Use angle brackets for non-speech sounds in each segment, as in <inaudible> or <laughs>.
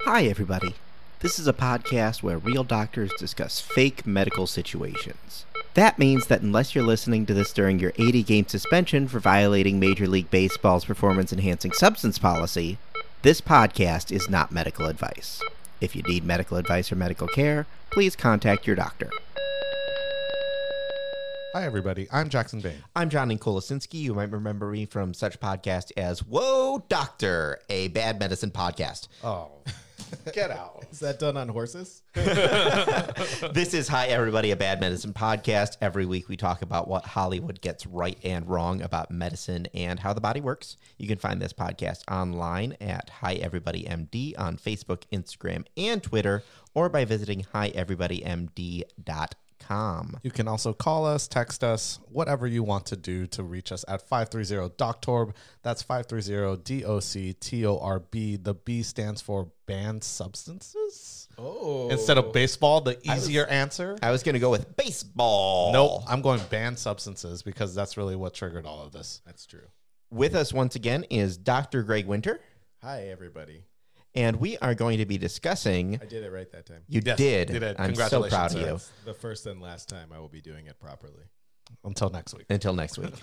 Hi, everybody. This is a podcast where real doctors discuss fake medical situations. That means that unless you're listening to this during your 80 game suspension for violating Major League Baseball's performance enhancing substance policy, this podcast is not medical advice. If you need medical advice or medical care, please contact your doctor. Hi, everybody. I'm Jackson Bain. I'm Johnny Kolosinski. You might remember me from such podcasts as Whoa Doctor, a bad medicine podcast. <laughs> Oh, get out. Is that done on horses? This is Hi Everybody, a Bad Medicine podcast. Every week we talk about what Hollywood gets right and wrong about medicine and how the body works. You can find this podcast online at Hi Everybody MD on Facebook, Instagram, and Twitter, or by visiting hieverybodymd.com. You can also call us, text us, whatever you want to do to reach us at 530 DOCTORB. That's 530 D O C T O R B. The B stands for banned substances. Oh. Instead of baseball, the easier answer. I was going to go with baseball. Nope, I'm going banned substances because that's really what triggered all of this. That's true. With us once again is Dr. Greg Winter, Hi, everybody. and we are going to be discussing. I did it right that time. You Yes, did. did it. I'm so Congratulations, proud of sir. you. It's the first and last time I will be doing it properly. Until next week. until next week.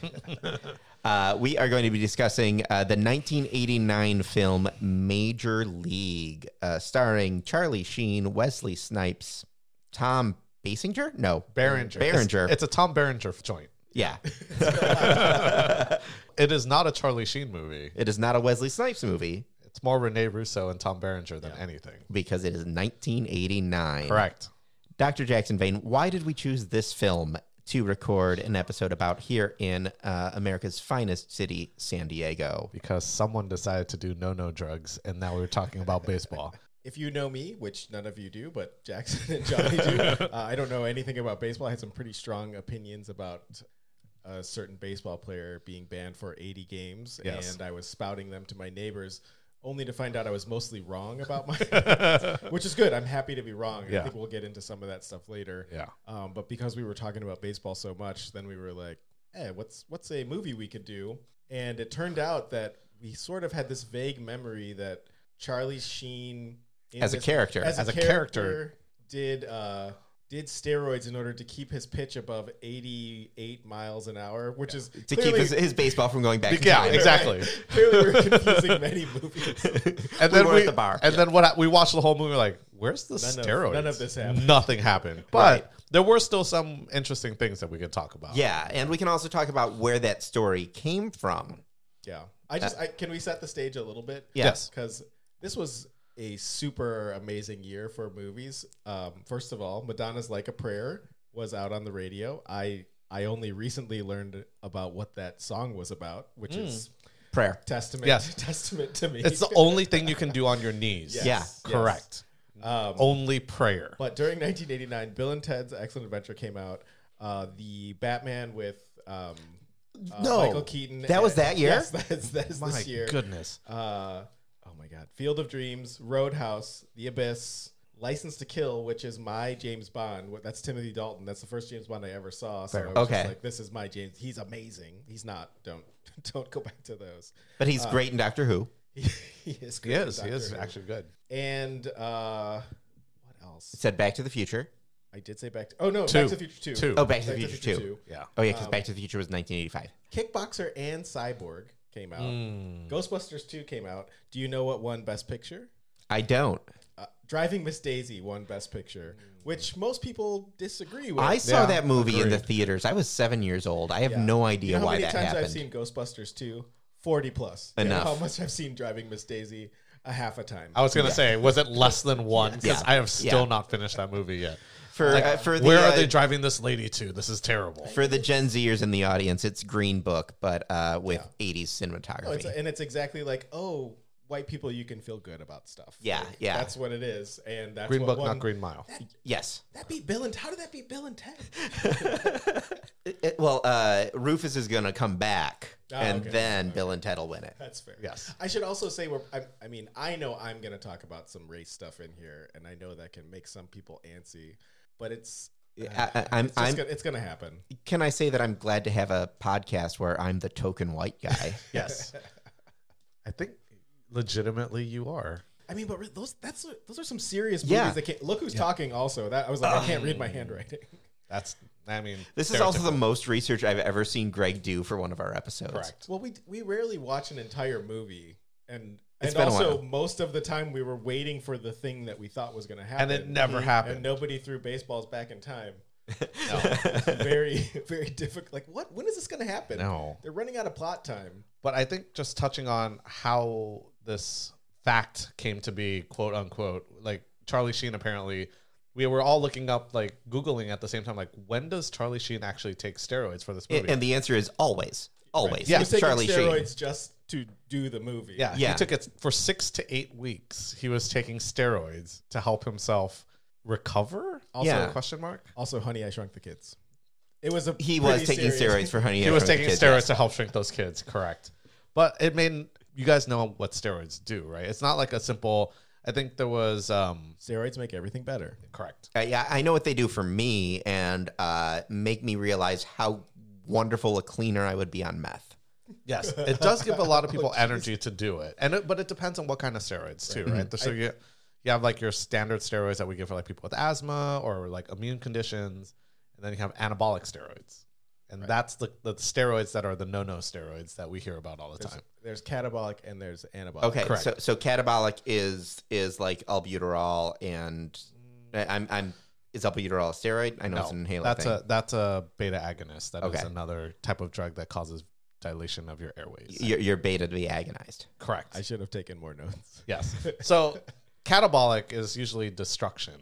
<laughs> uh, we are going to be discussing uh, the 1989 film Major League, uh, starring Charlie Sheen, Wesley Snipes, Tom Basinger? No, Behringer. Behringer. It's, it's a Tom Behringer <laughs> joint. yeah, It is not a Charlie Sheen movie. it is not a Wesley Snipes movie It's more Rene Russo and Tom Behringer than anything. because it is 1989. Correct. Dr. Jackson Vane, why did we choose this film? To record an episode about here in uh, America's finest city, San Diego. because someone decided to do no no drugs and now we're talking about baseball. If you know me, which none of you do, but Jackson and <laughs> Johnny do, uh, I don't know anything about baseball. I had some pretty strong opinions about a certain baseball player being banned for 80 games, Yes. and I was spouting them to my neighbors. Only to find out I was mostly wrong about <laughs> my, <laughs> which is good. I'm happy to be wrong. Yeah. I think we'll get into some of that stuff later. <laughs> Yeah. Um, but because we were talking about baseball so much, then we were like, "Hey, what's what's a movie we could do?" And it turned out that we sort of had this vague memory that Charlie Sheen, in As a this- character, as a did uh, did steroids in order to keep his pitch above eighty eight miles an hour, which is To keep clearly- his, his baseball from going back in Yeah, time. <laughs> exactly. clearly we're confusing many movies. <laughs> And We then were we at the bar. And then what I- we watched the whole movie like, where's the None of- steroids? none of this happened. Nothing <laughs> happened. But there were still some interesting things that we could talk about. Yeah, and we can also talk about where that story came from. Yeah, I just I, can we set the stage a little bit? Yeah. Yes. because this was a super amazing year for movies. Um, first of all, Madonna's "Like a Prayer" was out on the radio. I I only recently learned about what that song was about, which is Prayer. testament Yes. <laughs> testament to me. <laughs> It's the only thing you can do on your knees. Yes, Yeah. yes. Correct. Um, Only prayer. but during 1989, Bill and Ted's Excellent Adventure came out. Uh, the Batman with um, uh, No. Michael Keaton. That was that year? Yes, <laughs> that's, that's My this year. goodness. uh, oh my god, Field of Dreams, Roadhouse, The Abyss, License to Kill, which is my James Bond. Wh- That's Timothy Dalton. That's the first James Bond I ever saw. So I was Okay. just like, this is my James. He's amazing. He's not. Don't <laughs> don't go back to those. <laughs> But he's Uh, great in Doctor Who. he is. He great in is. He is Doctor Who. actually good. And uh, what else? Said Back to the Future. I did say back. To, oh no, Two. Back to Um, the Future Two. Two. Oh, Back to the Future Two. Yeah. Oh yeah, because Back to the Future was 1985. Kickboxer and Cyborg came out. Mm. Mm. Ghostbusters Two came out. Do you know what won Best Picture? I don't. Uh, Driving Miss Daisy won Best Picture, which most people disagree with. I saw Yeah, that movie in the agreed. theaters. I was seven years old. I have Yeah. no You idea know how why many that times happened. I've seen Ghostbusters 2? 40 plus. You know Enough. Oh, how much I've seen Driving Miss Daisy? A half a time. I was gonna say, was it less than one? Because Yeah. I have still Yeah. not finished that movie yet. for Like, uh, for the, where are uh, they driving this lady to? This is terrible. for the Gen Zers in the audience, it's Green Book, but uh, with 80s cinematography. Oh, it's- and it's exactly like, oh, white people, you can feel good about stuff. Yeah, Like, yeah. That's what it is. And that's Green what Book, won- not Green Mile. <laughs> yes. That beat Bill and How did that beat Bill <laughs> and Ted? It- it- well, uh, Rufus is going to come back, Oh, and okay. then Bill and Ted will win it. That's fair. Yes. I should also say, we're, I, I mean, I know I'm going to talk about some race stuff in here, and I know that can make some people antsy, but it's. uh, I, I, I'm, It's, I'm, just gonna, it's gonna happen. can I say that I'm glad to have a podcast where I'm <laughs> the token white guy? Yes. I think legitimately you are. I mean, but re- those that's those are some serious movies. Yeah. That can't, look who's talking. Also, that I was like, I can't read my handwriting. <laughs> That's I mean This is also the stereotypical. most research I've ever seen Greg do for one of our episodes. correct. Well, we we rarely watch an entire movie, and It's and been a also while. most of the time we were waiting for the thing that we thought was going to And happen, it never And happened. nobody threw baseballs back <laughs> in time. Very <laughs> very difficult. Like what? When is this going to happen? No. They're running out of plot time. But I think just touching on how this fact came to be, quote unquote, like Charlie Sheen apparently, we were all looking up, like Googling at the same time, like when does Charlie Sheen actually take steroids for this A- movie? And the answer is always, always. He was taking Charlie Sheen. steroids just to do the movie. yeah, yeah. he took it for six to eight weeks. He was taking steroids to help himself recover. Also, Yeah. question mark. Also, Honey, I Shrunk the Kids. It was a He was pretty taking steroids serious- for Honey. he I was Shrunk the taking Kids, steroids yes. to help shrink those kids correct but it made you guys know what steroids do right it's not like a simple i think there was um Steroids make everything better. correct Uh, yeah, I know what they do for me and uh, make me realize how wonderful a cleaner I would be on meth. yes it does give a lot of people energy to do it and it, but it depends on what kind of steroids too right so you you have like your standard steroids that we give for like people with asthma or like immune conditions and then you have anabolic steroids and that's the, the steroids that are the no-no steroids that we hear about all the time There's catabolic and there's anabolic. Okay, Correct. so so catabolic is is like albuterol and I- I'm I'm is albuterol a steroid? I know it's an inhaler. That's thing. a that's a beta agonist. That is Okay. another type of drug that causes dilation of your airways. You're, you're beta to be agonized. Correct. I should have taken more notes. <laughs> yes. So catabolic is usually destruction.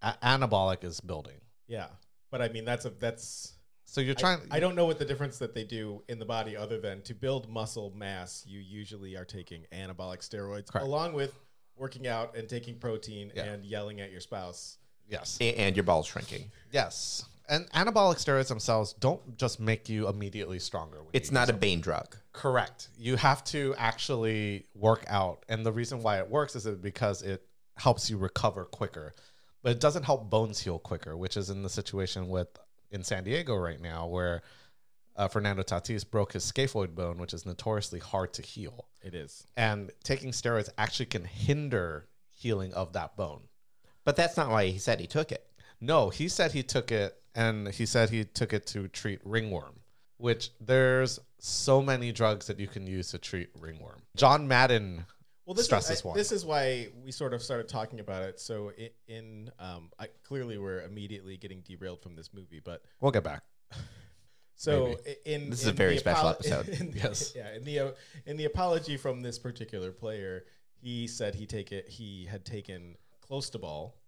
A- anabolic is building. <laughs> Yeah, but I mean that's a that's. So you're I, trying. I don't know what the difference that they do in the body other than to build muscle mass. You usually are taking anabolic steroids Correct. along with working out and taking protein Yeah. and yelling at your spouse. Yes. A- and your balls shrinking. Yes. And anabolic steroids themselves don't just make you immediately stronger. when It's you not a bane drug. Correct. You have to actually work out. And the reason why it works is it- because it helps you recover quicker. But it doesn't help bones heal quicker, which is in the situation with in San Diego right now where uh, Fernando Tatis broke his scaphoid bone, which is notoriously hard to heal. It is. And taking steroids actually can hinder healing of that bone. But that's not why he said he took it. No, he said he took it and he said he took it to treat ringworm, which there's so many drugs that you can use to treat ringworm. John Madden, Well, this Stress is, I- is one. This is why we sort of started talking about it. So i in um, I, clearly we're immediately getting derailed from this movie, but we'll get back. So i- in This is a in very the special apolo- episode. <laughs> in the- Yes. Yeah. In the uh, in the apology from this particular player, he said he take it. He had taken close to ball,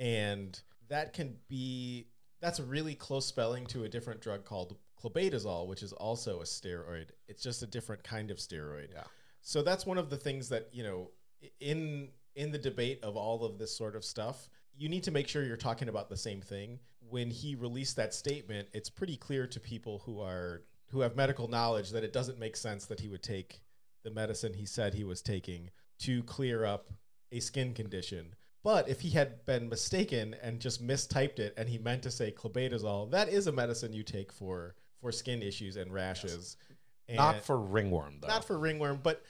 and that can be that's a really close spelling to a different drug called clobetazole, which is also a steroid. It's just a different kind of steroid. Yeah. So that's one of the things that you know i- in in the debate of all of this sort of stuff, you need to make sure you're talking about the same thing. When he released that statement, it's pretty clear to people who are who have medical knowledge that it doesn't make sense that he would take the medicine he said he was taking to clear up a skin condition. But if he had been mistaken and just mistyped it and he meant to say clobetazole, that is a medicine you take for for skin issues and rashes. And Not for ringworm, though. not for ringworm, but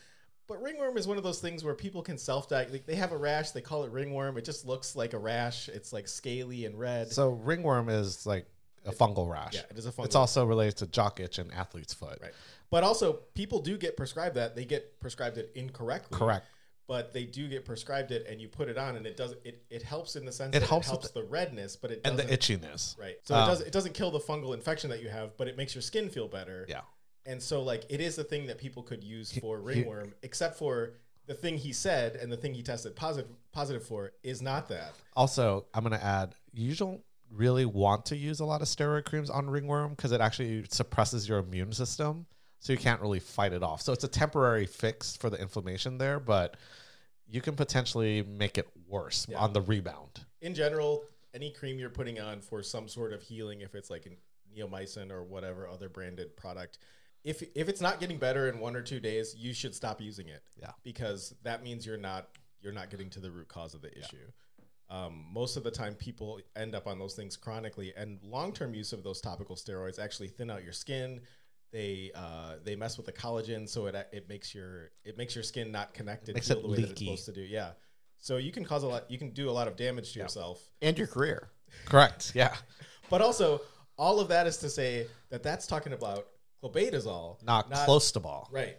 but ringworm is one of those things where people can self diagnose. Like they have a rash, they call it ringworm. It just looks like a rash. It's like scaly and red. so ringworm is like a fungal rash. yeah, it is a fungal. It's also related to jock itch and athlete's foot. right. But also, people do get prescribed that. They get prescribed it incorrectly. Correct. But they do get prescribed it, and you put it on, and it does. It, it helps in the sense It that helps it with helps the redness, but it And doesn't. the itchiness. right. So it does. It doesn't kill the fungal infection that you have, but it makes your skin feel better. Yeah. And so, like, it is a thing that people could use for ringworm, except for the thing he said and the thing he tested positive positive for is not that. Also, I'm going to add you don't really want to use a lot of steroid creams on ringworm because it actually suppresses your immune system. So you can't really fight it off. So it's a temporary fix for the inflammation there, but you can potentially make it worse on the rebound. In general, any cream you're putting on for some sort of healing, if it's like a neomycin or whatever other branded product, if if it's not getting better in one or two days, you should stop using it. Yeah. because that means you're not you're not getting to the root cause of the issue. Um, most of the time, people end up on those things chronically, and long-term use of those topical steroids actually thin out your skin. They uh, they mess with the collagen, so it it makes your it makes your skin not connect and Makes heal it the way that it's leaky. supposed to do. Yeah, So you can cause a lot. You can do a lot of damage to yourself. and your career. Correct. Yeah. But also, all of that is to say that that's talking about clobetazole, Not, close to ball. Right.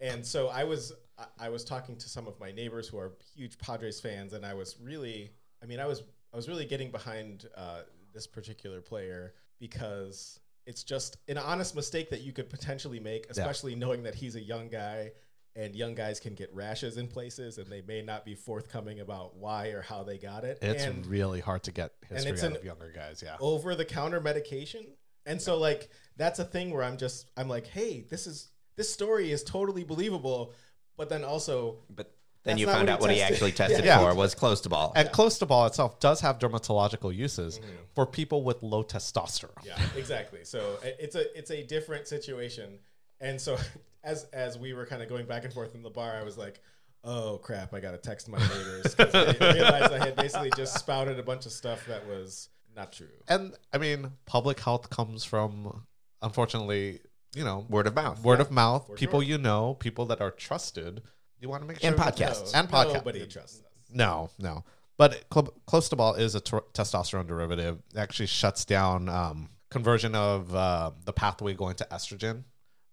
And so I was I- I was talking to some of my neighbors who are huge Padres fans, and I was really I mean I was I was really getting behind uh, this particular player because it's just an honest mistake that you could potentially make, especially knowing that he's a young guy. And young guys can get rashes in places, and they may not be forthcoming about why or how they got it. It's and really hard to get history it's out an- of younger guys. Yeah. over the counter medication. And so like that's a thing where I'm just I'm like, hey, this is this story is totally believable, but then also But then That's you not found what out he what he tested. actually tested Yeah. for was close to ball. And close to ball itself does have dermatological uses for people with low testosterone. Mm-hmm. yeah, <laughs> exactly. So i- it's a it's a different situation. And so <laughs> as as we were kind of going back and forth in the bar, I was like, oh crap, I gotta text my neighbors 'cause I realized I had basically <laughs> just spouted a bunch of stuff that was not true. And I mean, public health comes from, unfortunately, you know, Word of mouth. word of mouth, people sure. you know, people that are trusted. You want to make sure And that- podcasts. and podcasts. Nobody trusts us. No, no. But cl- close to ball is a ter- testosterone derivative. It actually shuts down um, conversion of uh, the pathway going to estrogen,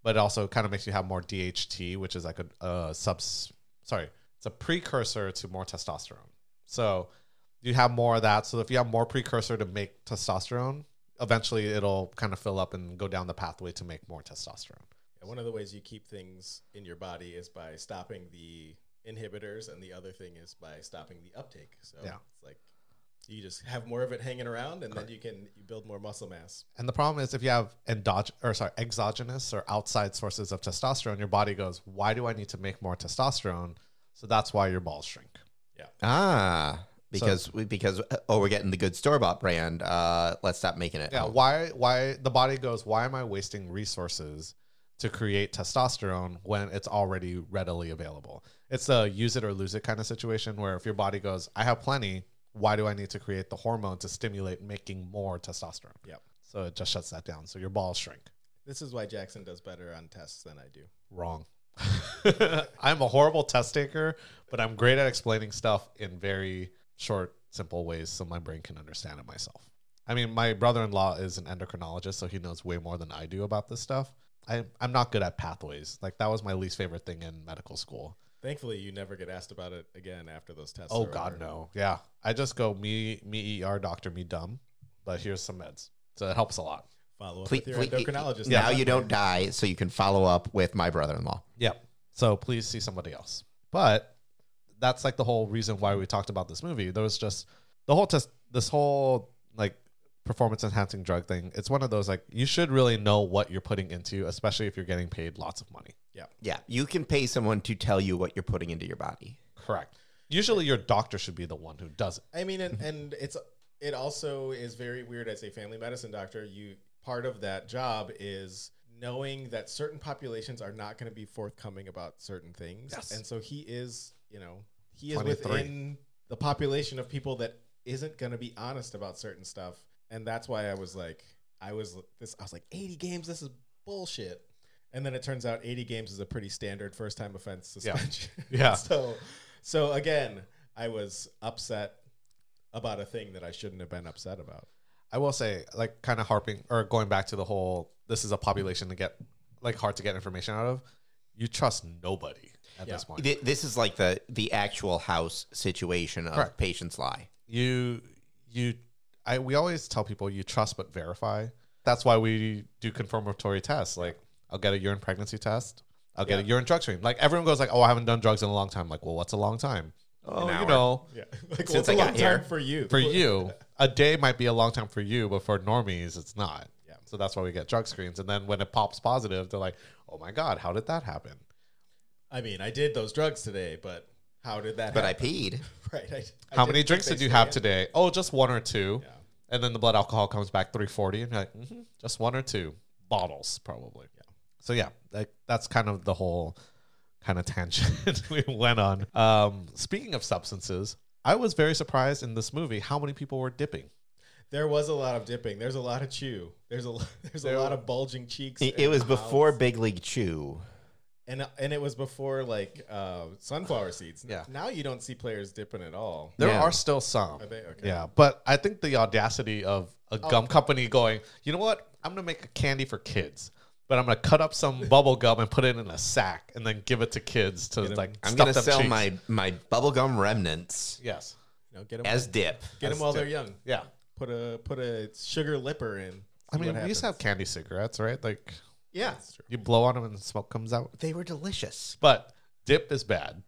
but it also kind of makes you have more DHT, which is like a, a subs. Sorry, it's a precursor to more testosterone. So you have more of that. So if you have more precursor to make testosterone, eventually it'll kind of fill up and go down the pathway to make more testosterone. Yeah, One of the ways you keep things in your body is by stopping the inhibitors, and the other thing is by stopping the uptake. So Yeah. it's like you just have more of it hanging around, and then you can you build more muscle mass. And the problem is if you have endog- or sorry, exogenous or outside sources of testosterone, your body goes, "Why do I need to make more testosterone?" So that's why your balls shrink. Ah, because we, because oh, we're getting the good store bought brand. Uh, let's stop making it. Yeah, Oh, why why the body goes, "Why am I wasting resources to create testosterone when it's already readily available?" It's a use it or lose it kind of situation where if your body goes, "I have plenty, why do I need to create the hormone to stimulate making more testosterone?" Yep. So it just shuts that down. So your balls shrink. This is why Jackson does better on tests than I do. wrong. <laughs> I'm a horrible test taker, but I'm great at explaining stuff in very short, simple ways so my brain can understand it myself. I mean, my brother in law is an endocrinologist, so he knows way more than I do about this stuff. I, I'm not good at pathways. Like, that was my least favorite thing in medical school. Thankfully, you never get asked about it again after those tests. Oh, are over. God, no. Yeah. I just go, me, me, ER, doctor, me, dumb, but here's some meds. So it helps a lot. Follow up please- with your please- endocrinologist. Now you don't die, so you can follow up with my brother-in-law. Yeah. So please see somebody else. But that's like the whole reason why we talked about this movie. There was just the whole test, this whole like performance enhancing drug thing. It's one of those like you should really know what you're putting into, especially if you're getting paid lots of money. Yeah, you can pay someone to tell you what you're putting into your body. Correct. Usually your doctor should be the one who does it. I mean, and, and it's it also is very weird as a family medicine doctor. You part of that job is knowing that certain populations are not going to be forthcoming about certain things, Yes. and so he is, you know, he is 23. within the population of people that isn't going to be honest about certain stuff, and that's why I was like, I was this, I was like, eighty games, this is bullshit. And then it turns out 80 games is a pretty standard first time offense Yeah. suspension. <laughs> Yeah. so, so again, I was upset about a thing that I shouldn't have been upset about. I will say, like, kind of harping or going back to the whole this is a population to get like hard to get information out of. You trust nobody at Yeah. this point. Th- This is like the the actual house situation of Correct. patients lie. you you I we always tell people you trust but verify. That's why we do confirmatory tests. Like I'll get a urine pregnancy test. I'll get a urine drug screen. Like everyone goes like, "Oh, I haven't done drugs in a long time." Like, "Well, what's a long time?" Oh, you hour. know, Yeah, <laughs> like Since what's a I long got time here. for you? for you, a day might be a long time for you, but for normies, it's not. Yeah. So that's why we get drug screens. And then when it pops positive, they're like, "Oh my god, how did that happen?" I mean, I did those drugs today, but how did that? But I happen? <laughs> peed. right. I, I how did many think drinks they did you have said- today? Oh, just one or two. Yeah. And then the blood alcohol comes back 340, and you're like, hmm just one or two bottles, probably. Yeah. So, yeah, like, that's kind of the whole kind of tangent <laughs> we went on. Um, speaking of substances, I was very surprised in this movie how many people were dipping. There was a lot of dipping. There's a <laughs> lot of chew. There's a lo- there's a lot of bulging cheeks. It, and was mouths. before Big League Chew. and and it was before like uh, sunflower seeds. Yeah. Now you don't see players dipping at all. There Yeah. are still some. Are they? Okay. Yeah, but I think the audacity of a Oh. gum company going, you know what? I'm gonna make a candy for kids, but I'm gonna cut up some bubble gum and put it in a sack and then give it to kids to like. I'm stuff gonna them sell cheeks. my my bubblegum remnants yes. You know, get them as dip. get them while they're young. Yeah, Put a put a sugar lipper in. See I mean, what we used to have happens. candy cigarettes, right? Like yeah. you blow on them and smoke comes out. They were delicious. But dip is bad,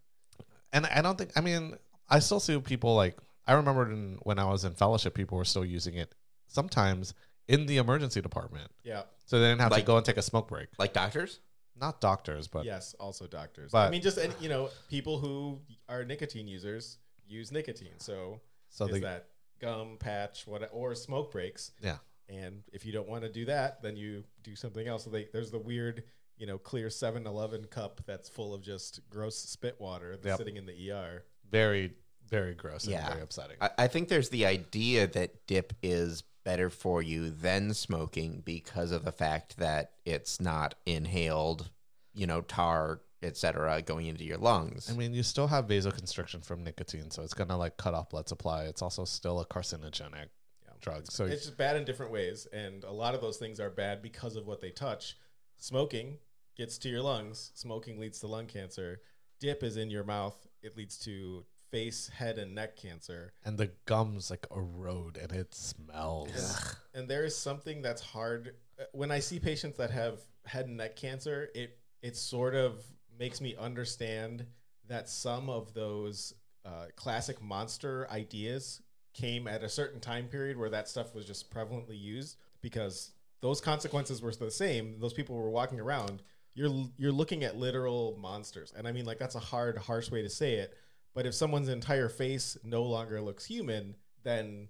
and I don't think. I mean, I still see people like. I remember in, when I was in fellowship, people were still using it sometimes in the emergency department, Yeah. so they didn't have Like- to go and take a smoke break. Like doctors? Not doctors, but Yes. Also doctors. I But- mean, just any, you know, people who are nicotine users use nicotine. So, so is they, that gum patch what or smoke breaks? Yeah. And if you don't want to do that, then you do something else. So they, there's the weird, you know, clear 7-Eleven cup that's full of just gross spit water that's Yep. sitting in the ER. very very gross and Yeah. very upsetting. I, I think there's the idea that dip is better for you than smoking because of the fact that it's not inhaled, you know, tar, etc., going into your lungs. I mean, you still have vasoconstriction from nicotine, so it's gonna like cut off blood supply. It's also still a carcinogenic Yeah. drug. So It's just bad in different ways, and a lot of those things are bad because of what they touch. Smoking gets to your lungs. Smoking leads to lung cancer. Dip is in your mouth. It leads to face, head, and neck cancer. and the gums like erode and it smells. And there is something that's hard uh, when I see patients that have head and neck cancer. It it sort of makes me understand that some of those uh, classic monster ideas came at a certain time period where that stuff was just prevalently used because those consequences were the same. Those people were walking around. You're you're looking at literal monsters, and I mean like that's a hard, harsh way to say it. But if someone's entire face no longer looks human, then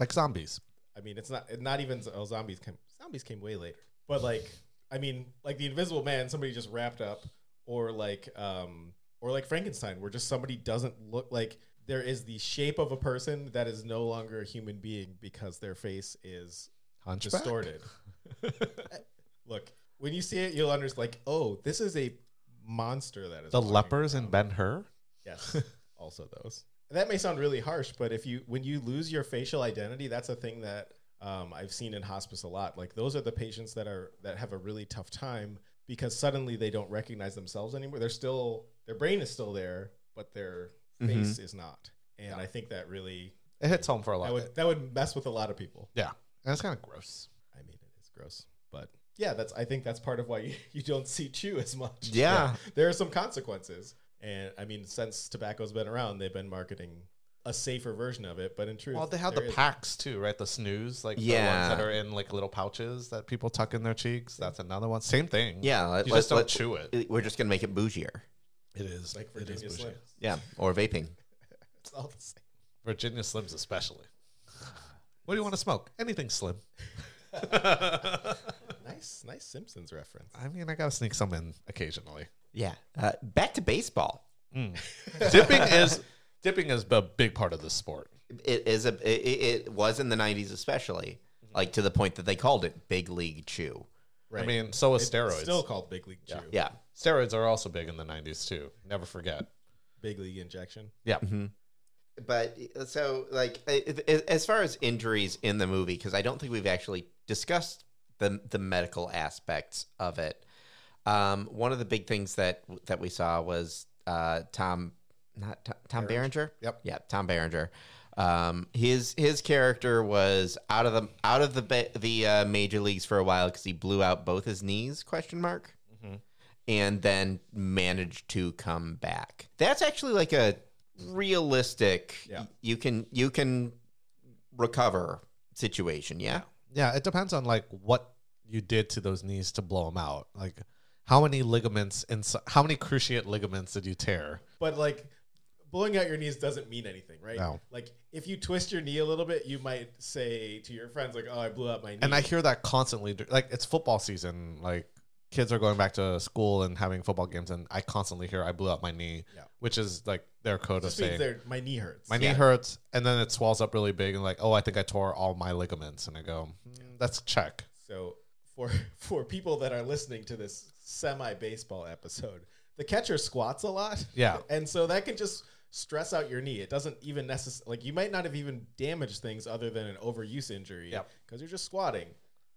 like zombies. I mean, it's not not even oh, zombies came zombies came way later. But like, I mean, like the Invisible Man, somebody just wrapped up, or like, um, or like Frankenstein, where just somebody doesn't look like there is the shape of a person that is no longer a human being because their face is Hunchback. distorted. look, when you see it, you'll understand. Like, oh, this is a monster that is The walking lepers around. in Ben Hur. Yes, also those. That may sound really harsh, but if you when you lose your facial identity, that's a thing that um, I've seen in hospice a lot. Like those are the patients that are that have a really tough time because suddenly they don't recognize themselves anymore. They're still their brain is still there, but their face is not. And I think that really It hits home for a lot. that would that would mess with a lot of people. yeah, and it's kind of gross. I mean, it is gross, but yeah, that's I think that's part of why <laughs> you, you don't see chew as much. Yeah. there are some consequences, and I mean, since tobacco's been around, they've been marketing a safer version of it. But in truth, Well, they have there the is- packs too, right? The snooze, like Yeah. the ones that are in like little pouches that people tuck in their cheeks. That's another one. Same thing. yeah, let, you let- just don't let- chew it. We're just gonna make it bougier. It is like Virginia Slims. Yeah, or vaping. It's all the same. Virginia Slims, especially. What do you want to smoke? Anything slim. Nice, nice Simpsons reference. I mean, I gotta sneak some in occasionally. Yeah. Uh, back to baseball. dipping is <laughs> dipping is a big part of the sport. It is a. It, it was in the '90s, especially like to the point that they called it big league chew. Right. I mean, so is It's steroids. Still called Big League Chew. Yeah. steroids are also big in the '90s too. Never forget. Big League Injection. Yeah, but uh, so like a- a- as far as injuries in the movie because i don't think we've actually discussed the the medical aspects of it um one of the big things that that we saw was uh tom not tom, tom Berenger. Yep. yeah tom Berenger. um his his character was out of the out of the ba- the uh, major leagues for a while because he blew out both his knees question mark and then managed to come back. That's actually like a realistic Yeah. you can you can recover situation, yeah? yeah. It depends on like what you did to those knees to blow them out. Like, how many ligaments and how many cruciate ligaments did you tear? But like blowing out your knees doesn't mean anything, right? No. Like if you twist your knee a little bit, you might say to your friends like, "Oh, I blew out my knee." And I hear that constantly. dur- Like, it's football season. Like, kids are going back to school and having football games, and I constantly hear "I blew out my knee," Yeah. which is like their code of just saying means they're- my knee hurts. my knee hurts and then it swells up really big and like oh i think i tore all my ligaments and i go mm, that's check <laughs> So for for people that are listening to this semi baseball episode. The catcher squats a lot. Yeah. <laughs> And so that can just stress out your knee. It doesn't even necessarily, like, you might not have even damaged things other than an overuse injury because Yep. you're just squatting.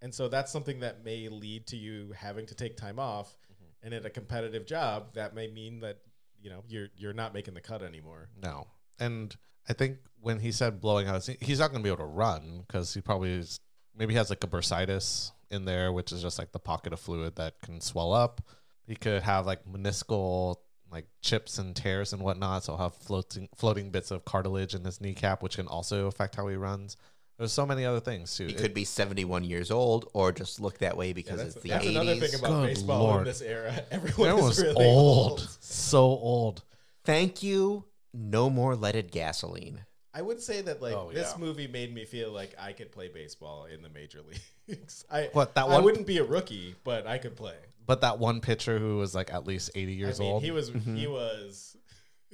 And so that's something that may lead to you having to take time off. Mm-hmm. And at a competitive job, that may mean that, you know, you're, you're not making the cut anymore. No. And I think when he said blowing out, his knee, he's not going to be able to run because he probably is, maybe has like a bursitis in there, which is just like the pocket of fluid that can swell up. He could have like meniscal like chips and tears and whatnot. So he'll have floating floating bits of cartilage in his kneecap, which can also affect how he runs. There's so many other things too. He It- could be 71 years old or just look that way because that's it's the that's 80s. another thing about Good baseball in lord. this era. <laughs> Everyone That is was really old, so old. Thank you. No more leaded gasoline. I would say that like Oh, this yeah. movie made me feel like I could play baseball in the major <laughs> leagues. I What, that I one- wouldn't be a rookie, but I could play. But that one pitcher who was like at least 80 years I mean, old, Mm-hmm. he he, was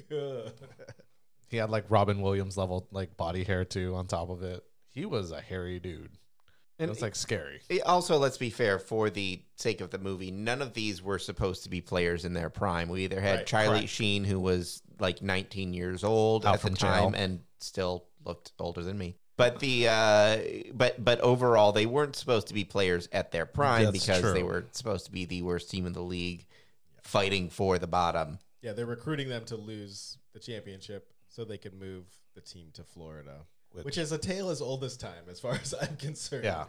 he was <laughs> had like Robin Williams level like body hair too on top of it. He was a hairy dude. And it's like scary. It- also, let's be fair for the sake of the movie, none of these were supposed to be players in their prime. We either had Right, Charlie correct. Sheen, who was like 19 years old Out at the from time jail. and still looked older than me. But the uh, but but overall, they weren't supposed to be players at their prime That's because true. they were supposed to be the worst team in the league, fighting for the bottom. yeah, they're recruiting them to lose the championship so they could move the team to Florida. Which- Which, is a tale as old as time as far as I'm concerned. Yeah.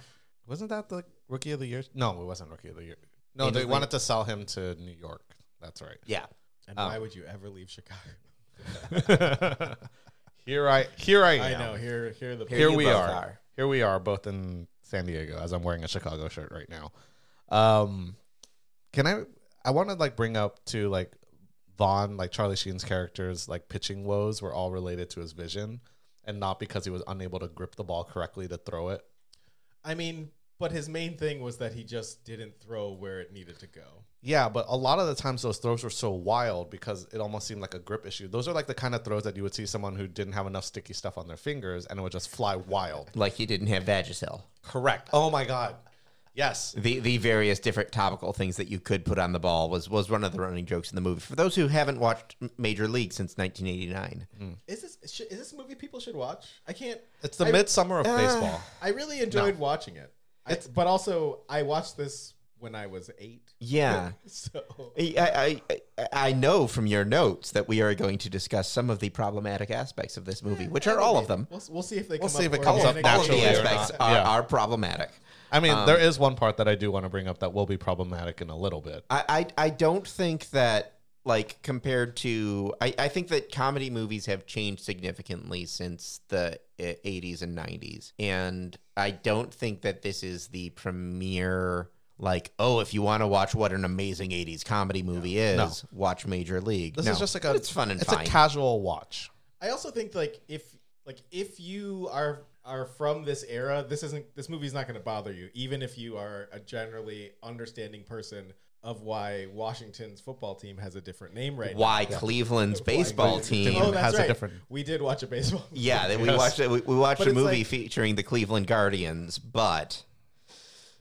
Wasn't that the rookie of the year? No, it wasn't rookie of the year. No, He they was the- wanted to sell him to New York. That's right. Yeah, And Um, why would you ever leave Chicago? <laughs> here I here I am. I know, here here the Here you we both are. are. Here we are both in San Diego as I'm wearing a Chicago shirt right now. Um can I I want to like bring up to like Vaughn, like Charlie Sheen's characters, like pitching woes were all related to his vision and not because he was unable to grip the ball correctly to throw it. I mean, but his main thing was that he just didn't throw where it needed to go. Yeah, but a lot of the times those throws were so wild because it almost seemed like a grip issue. Those are like the kind of throws that you would see someone who didn't have enough sticky stuff on their fingers and it would just fly wild. like he didn't have Vagisil. Correct. Oh my god. Yes. the the various different topical things that you could put on the ball was was one of the running jokes in the movie. For those who haven't watched M- Major League since 1989, Is this should, is this a movie people should watch? I can't. It's the I- midsummer of baseball. I really enjoyed watching it. I, but also, I watched this when I was eight. yeah. <laughs> So I, I I- I know from your notes that we are going to discuss some of the problematic aspects of this movie, which are all of them. we'll, we'll see if they We'll come see up if it comes up organically. All of Naturally the or aspects not, are, yeah. are problematic. I mean, Um, there is one part that I do want to bring up that will be problematic in a little bit. I, I I don't think that like compared to I, I think that comedy movies have changed significantly since the uh, 80s and 90s and I don't think that this is the premier like oh if you want to watch what an amazing 80s comedy movie is watch Major League This No, is just like but a it's fun and it's fine a casual watch. I also think like if like if you are are from this era, this isn't this movie's not going to bother you, even if you are a generally understanding person of why Washington's football team has a different name right now. why Cleveland's baseball team Oh, that's has a right. different- We did watch a baseball. movie. yeah that we Yes. watched we, we watched But a it's movie like- featuring the Cleveland Guardians but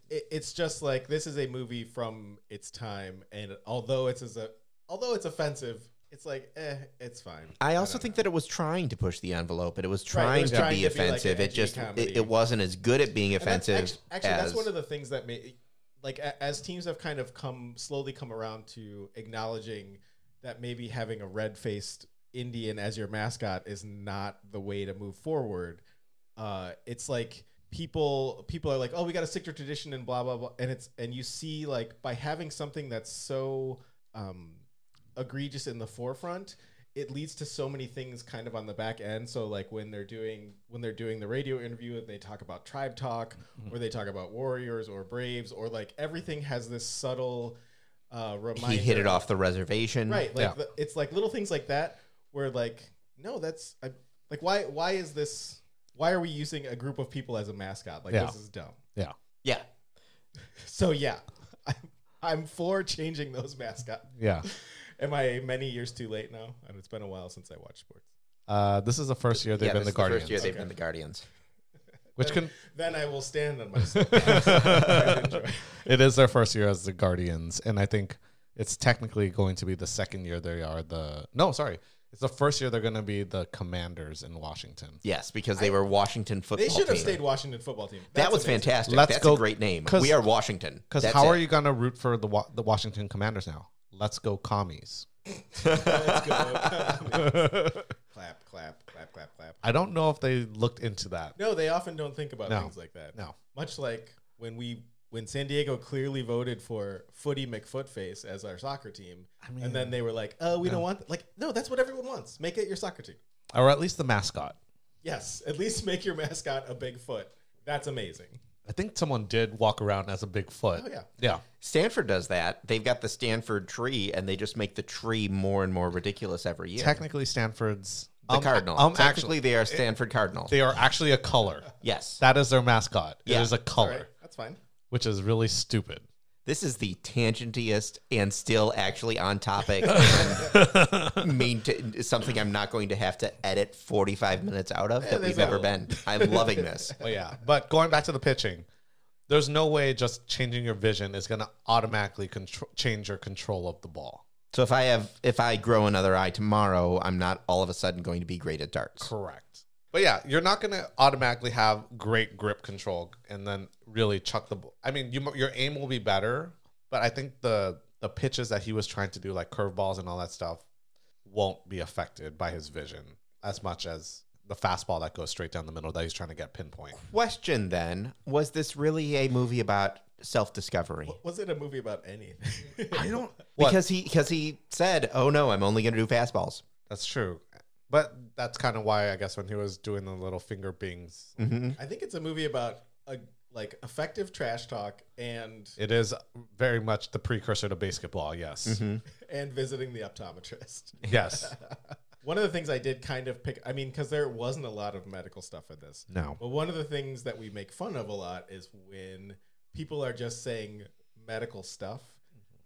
it, it's just like this is a movie from its time, and although it's as a although it's offensive, it's like eh, it's fine. I also think that it was trying to push the envelope, but it was trying was to trying be to be like an offensive. it edgy just comedy. it, it wasn't as good at being And that's offensive. act- Actually, that's as- one of the things that may like a, as teams have kind of come slowly come around to acknowledging that maybe having a red faced Indian as your mascot is not the way to move forward. Uh, it's like people people are like, oh, we got to stick to tradition and blah blah blah, and it's and you see like by having something that's so um, egregious in the forefront it leads to so many things kind of on the back end so like when they're doing when they're doing the radio interview and they talk about tribe talk Mm-hmm. or they talk about warriors or braves or like everything has this subtle uh reminder he hit it off the reservation. right like Yeah. the, it's like little things like that where like no that's I, like why why is this why are we using a group of people as a mascot like Yeah. this is dumb Yeah. Yeah. so yeah <laughs> i'm, I'm for changing those mascots Yeah. <laughs> Am I many years too late now? And it's been a while since I watched sports. Uh, this is the first year they've yeah, been this the is first Guardians, year they've Okay. been the Guardians. Which can Then I will stand <laughs> on myself. <laughs> it is their first year as the Guardians, and I think it's technically going to be the second year they are the no, sorry, it's the first year they're going to be the Commanders in Washington. Yes, because they were Washington football. They should have team. stayed Washington football team. That That's was amazing. fantastic. Let's That's go- a great name. 'cause- We are Washington. Because how are you going to root for the Wa- the Washington Commanders now? Let's go commies. <laughs> Let's <laughs> go. clap, clap, clap, clap, clap. I don't know if they looked into that. No, they often don't think about No. things like that. No. Much like when we when San Diego clearly voted for Footy McFootface as our soccer team, and then they were like, "Oh, we don't want that." like no, that's what everyone wants. Make it your soccer team. Or at least the mascot. Yes, at least make your mascot a big foot. That's amazing. I think someone did walk around as a Bigfoot. Oh yeah. Yeah. Stanford does that. They've got the Stanford tree, and they just make the tree more and more ridiculous every year. Technically, Stanford's the Cardinal. Um, Technically, actually, they are Stanford Cardinal. they are actually a color. yes. That is their mascot. Yeah. It is a All color, right. That's fine. which is really stupid. this is the tangentiest and still actually on topic and maintain something I'm not going to have to edit 45 minutes out of that there's we've a ever been. I'm loving this. But yeah, but going back to the pitching, there's no way just changing your vision is going to automatically contro- change your control of the ball. So if I have if I grow another eye tomorrow, I'm not all of a sudden going to be great at darts. Correct. But yeah, you're not going to automatically have great grip control and then really chuck the ball. I mean, you, mo- your aim will be better, but I think the the pitches that he was trying to do, like curveballs and all that stuff, won't be affected by his vision as much as the fastball that goes straight down the middle that he's trying to get pinpoint. Question then, was this really a movie about self-discovery? Was it a movie about anything? I don't. What? Because he because he said, "Oh no, I'm only going to do fastballs." That's true. But that's kind of why I guess when he was doing the little finger bings, <laughs> Mm-hmm. I think it's a movie about a like effective trash talk and it is very much the precursor to basketball. Yes. and visiting the optometrist. <laughs> Yes. One of the things I did kind of pick, I mean, because there wasn't a lot of medical stuff in this. No. But one of the things that we make fun of a lot is when people are just saying medical stuff.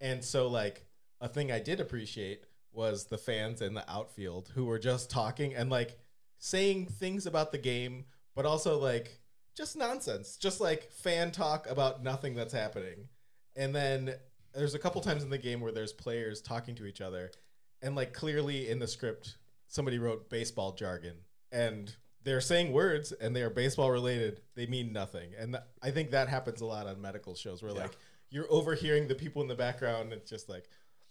And so, like, a thing I did appreciate was the fans in the outfield who were just talking and, like, saying things about the game, but also, like, just nonsense, just like fan talk about nothing that's happening. And then there's a couple times in the game where there's players talking to each other, and like clearly in the script, somebody wrote baseball jargon, and they're saying words and they are baseball related. They mean nothing, and th- I think that happens a lot on medical shows where like you're overhearing the people in the background. And it's just like,